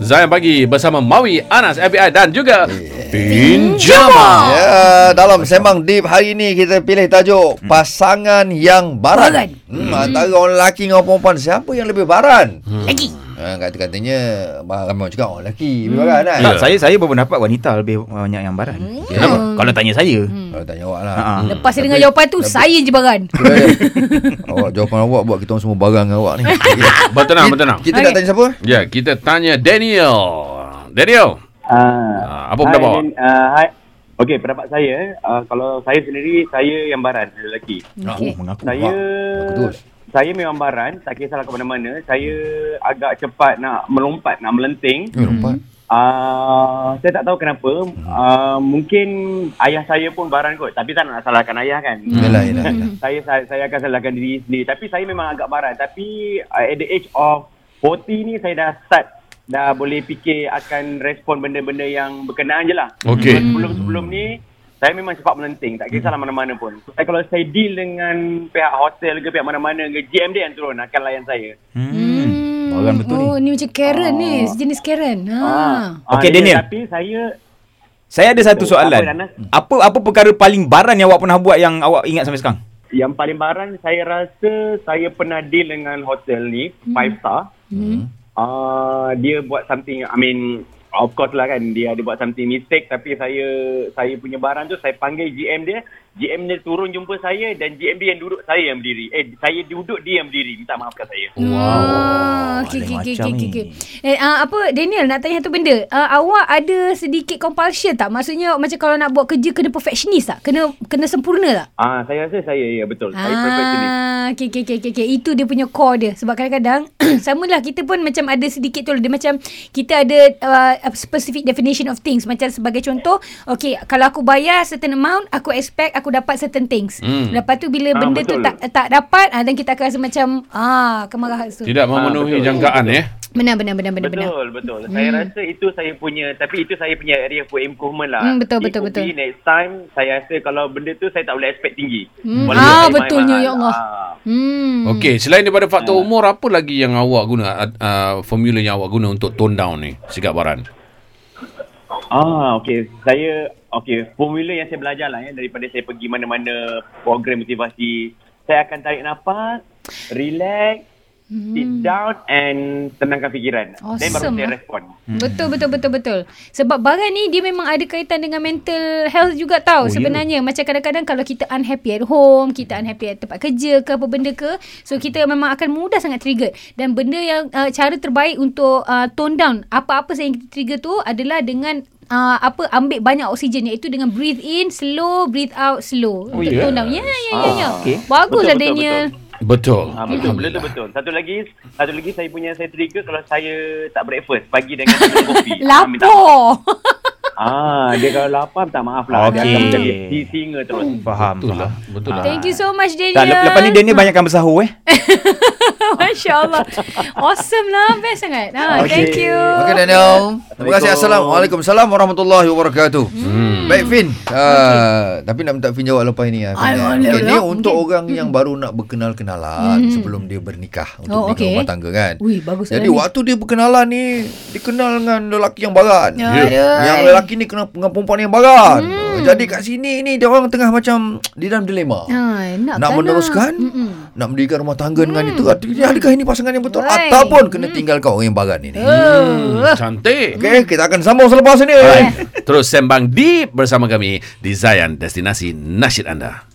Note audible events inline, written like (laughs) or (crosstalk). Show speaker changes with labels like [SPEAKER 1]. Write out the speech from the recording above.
[SPEAKER 1] Zayan Pagi bersama Mawi, Anas, FBI dan juga Pinjama.
[SPEAKER 2] Ya, dalam sembang deep hari ni kita pilih tajuk
[SPEAKER 3] Hmm.
[SPEAKER 2] pasangan yang baran.
[SPEAKER 4] Baran.
[SPEAKER 2] Hmm, antara orang lelaki dengan orang perempuan siapa yang lebih baran?
[SPEAKER 3] Hmm.
[SPEAKER 4] Lagi.
[SPEAKER 2] Ha, kata-katanya bah- ramai orang cakap orang lelaki
[SPEAKER 3] Hmm.
[SPEAKER 2] lebih baran kan.
[SPEAKER 3] Tak, saya saya berpendapat wanita lebih banyak yang barat. Hmm. Kenapa? Kalau tanya saya. Hmm.
[SPEAKER 2] Kalau tanya awak lah.
[SPEAKER 3] Ha.
[SPEAKER 4] Lepas saya dengar jawapan tu, saya je baran.
[SPEAKER 2] Kira dia, awak jawapan awak buat kita orang semua barang dengan
[SPEAKER 3] (laughs)
[SPEAKER 2] awak ni. Kita,
[SPEAKER 1] Bertenang, bertenang.
[SPEAKER 2] kita nak
[SPEAKER 4] Okey.
[SPEAKER 2] tanya siapa?
[SPEAKER 1] Ya, kita tanya Daniel. Daniel,
[SPEAKER 5] Ah,
[SPEAKER 1] Ah, apa pendapat awak?
[SPEAKER 5] Uh, hi. Okey, pendapat saya, uh, kalau saya sendiri, saya yang baran, saya lelaki.
[SPEAKER 4] Okey.
[SPEAKER 3] Oh, mengaku.
[SPEAKER 5] Saya,
[SPEAKER 2] aku terus.
[SPEAKER 5] saya memang baran, tak kisahlah ke mana-mana. Saya agak cepat nak melompat, nak melenting.
[SPEAKER 2] Eh, lompat.
[SPEAKER 5] Uh, saya tak tahu kenapa. Uh, mungkin ayah saya pun baran kot. Tapi tak nak salahkan ayah kan.
[SPEAKER 3] Hmm.
[SPEAKER 1] Hmm.
[SPEAKER 2] Yalah, yalah, yalah.
[SPEAKER 5] Saya, saya saya akan salahkan diri sendiri. Tapi saya memang agak baran. Tapi uh, at the age of 40 ni saya dah start dah boleh fikir akan respon benda-benda yang berkenaan je lah.
[SPEAKER 1] Okey.
[SPEAKER 5] Sebelum sebelum ni saya memang cepat melenting. Tak kisahlah
[SPEAKER 3] Hmm.
[SPEAKER 5] mana-mana pun. Saya, kalau saya deal dengan pihak hotel ke pihak mana-mana ke GM dia yang turun akan layan saya.
[SPEAKER 3] Hmm. Baran betul ni. Ah.
[SPEAKER 4] oh, ni macam Karen ni. Sejenis Karen. Ha.
[SPEAKER 5] Ah,
[SPEAKER 3] Okey,
[SPEAKER 5] ya,
[SPEAKER 3] Daniel.
[SPEAKER 5] Tapi saya
[SPEAKER 3] Saya ada satu
[SPEAKER 5] Oh,
[SPEAKER 3] soalan.
[SPEAKER 5] apa, Anas?
[SPEAKER 3] Apa apa perkara paling baran yang awak pernah buat yang awak ingat sampai sekarang?
[SPEAKER 5] Yang paling barang saya rasa saya pernah deal dengan hotel ni, five star. Hmm. Uh, dia buat something, I mean of course lah kan dia ada buat something mistake tapi saya saya punya barang tu saya panggil GM dia, GM dia turun jumpa saya dan GM dia yang duduk saya yang berdiri. Eh saya duduk dia yang berdiri. Minta maafkan saya.
[SPEAKER 4] Hmm. Wow. Ah, Okey, okey,
[SPEAKER 3] Lain
[SPEAKER 4] okey,
[SPEAKER 3] macam
[SPEAKER 4] okey,
[SPEAKER 3] ni.
[SPEAKER 4] okey. Eh, ah, apa Daniel nak tanya satu benda. Ah, awak ada sedikit compulsion tak? Maksudnya macam kalau nak buat kerja kena perfectionist tak? Kena kena sempurna tak?
[SPEAKER 5] Ah saya rasa saya ya betul. Saya perfectionist.
[SPEAKER 4] Ah, okey okey okey okey okey. Itu dia punya core dia. Sebab kadang-kadang (clears throat) samalah kita pun macam ada sedikit tu lah. dia macam kita ada uh, specific definition of things. Macam sebagai contoh, okey kalau aku bayar certain amount, aku expect aku dapat certain things.
[SPEAKER 1] Hmm.
[SPEAKER 4] Hmm. Lepas tu bila
[SPEAKER 5] Ah,
[SPEAKER 4] benda tu
[SPEAKER 5] betul.
[SPEAKER 4] tak tak dapat, ah, dan kita akan rasa macam ah Hmm. kemarahan tu.
[SPEAKER 1] tidak memenuhi
[SPEAKER 5] betul.
[SPEAKER 1] jangkaan ya.
[SPEAKER 4] Benar benar benar benar benar.
[SPEAKER 5] Betul, betul. Saya
[SPEAKER 4] Hmm.
[SPEAKER 5] rasa itu saya punya, tapi itu saya punya area for improvement lah.
[SPEAKER 4] Hmm, betul,
[SPEAKER 5] It
[SPEAKER 4] betul,
[SPEAKER 5] could
[SPEAKER 4] betul.
[SPEAKER 5] be next time, saya rasa kalau benda tu saya tak boleh expect tinggi.
[SPEAKER 4] Hmm.
[SPEAKER 5] Walaupun
[SPEAKER 4] Ah,
[SPEAKER 5] saya
[SPEAKER 4] betulnya,
[SPEAKER 5] mahal-mahal.
[SPEAKER 4] ya Allah.
[SPEAKER 5] Ah.
[SPEAKER 4] Hmm.
[SPEAKER 1] Okey, selain daripada faktor umur apa lagi yang awak guna uh, formula yang awak guna untuk tone down ni sikap baran?
[SPEAKER 5] Ah, okey. Saya, okey. Formula yang saya belajar lah ya, daripada saya pergi mana-mana program motivasi. Saya akan tarik nafas, relax, sit down and tenangkan fikiran. Then baru
[SPEAKER 4] Hmm. Awesome,
[SPEAKER 5] saya
[SPEAKER 4] eh.
[SPEAKER 5] respon.
[SPEAKER 3] Hmm.
[SPEAKER 4] Betul betul betul betul. Sebab barang ni dia memang ada kaitan dengan mental health juga tau oh,
[SPEAKER 3] ya.
[SPEAKER 4] sebenarnya. Yeah. Macam kadang-kadang kalau kita unhappy at home, kita unhappy at tempat kerja ke apa benda ke, so kita memang akan mudah sangat trigger dan benda yang uh, cara terbaik untuk uh, tone down apa-apa yang kita trigger tu adalah dengan Uh, apa ambil banyak oksigen iaitu dengan breathe in slow breathe out slow oh, untuk
[SPEAKER 1] ya?
[SPEAKER 4] tone down ya ya ya ya
[SPEAKER 3] Ah, okey.
[SPEAKER 4] baguslah
[SPEAKER 5] Betul, betul,
[SPEAKER 4] Daniel
[SPEAKER 1] Betul.
[SPEAKER 5] Ah, betul, betul, betul, betul. Satu lagi, satu lagi saya punya saya trigger kalau saya tak breakfast pagi dengan minum
[SPEAKER 4] (laughs)
[SPEAKER 5] kopi. Ah, minta
[SPEAKER 4] lapor
[SPEAKER 5] Ah, dia kalau lapar minta maaf lah.
[SPEAKER 3] Okey.
[SPEAKER 5] Dia akan macam si singa terus.
[SPEAKER 3] Faham.
[SPEAKER 1] Betul lah.
[SPEAKER 3] faham.
[SPEAKER 1] Betul lah.
[SPEAKER 4] thank you so much Daniel
[SPEAKER 3] Tak, lep- lepas ni Daniel banyakkan bersahur eh.
[SPEAKER 4] (laughs) Masya Allah Awesome lah Best sangat ha, okay.
[SPEAKER 2] Okay.
[SPEAKER 4] Thank you
[SPEAKER 2] Okey Daniel. Terima kasih. Assalamualaikum. Assalamualaikum warahmatullahi wabarakatuh. Hmm. Baik Fin. Ah, tapi nak minta Fin jawab lepas ini ah. Fin, eh.
[SPEAKER 4] Ah, boleh,
[SPEAKER 2] Okey,
[SPEAKER 4] boleh.
[SPEAKER 2] ni untuk orang yang baru nak berkenal-kenalan sebelum dia bernikah untuk
[SPEAKER 4] Hmm. Oh,
[SPEAKER 2] oh,
[SPEAKER 4] okey.
[SPEAKER 2] rumah tangga kan.
[SPEAKER 4] Ui, bagus
[SPEAKER 2] Jadi
[SPEAKER 4] soalan ni.
[SPEAKER 2] waktu dia berkenalan ni dikenal dengan lelaki yang barat.
[SPEAKER 4] Ya. Aduh.
[SPEAKER 2] Yang lelaki ni kenal dengan perempuan yang barat. Hmm. Jadi kat sini ni dia orang tengah macam di dalam dilema.
[SPEAKER 4] ha, Nak, Hmm.
[SPEAKER 2] nak
[SPEAKER 4] tak
[SPEAKER 2] meneruskan
[SPEAKER 4] Mm-mm. Hmm.
[SPEAKER 2] nak mendirikan rumah tangga dengan itu adakah ini pasangan yang betul
[SPEAKER 4] Right. Hmm.
[SPEAKER 2] ataupun kena tinggalkan orang yang barat ini
[SPEAKER 4] Oh.
[SPEAKER 1] Hmm, Cantik.
[SPEAKER 2] Okey, kita akan sambung selepas ini.
[SPEAKER 1] Alright. Terus sembang deep bersama kami di Zayan Destinasi Nasyid Anda.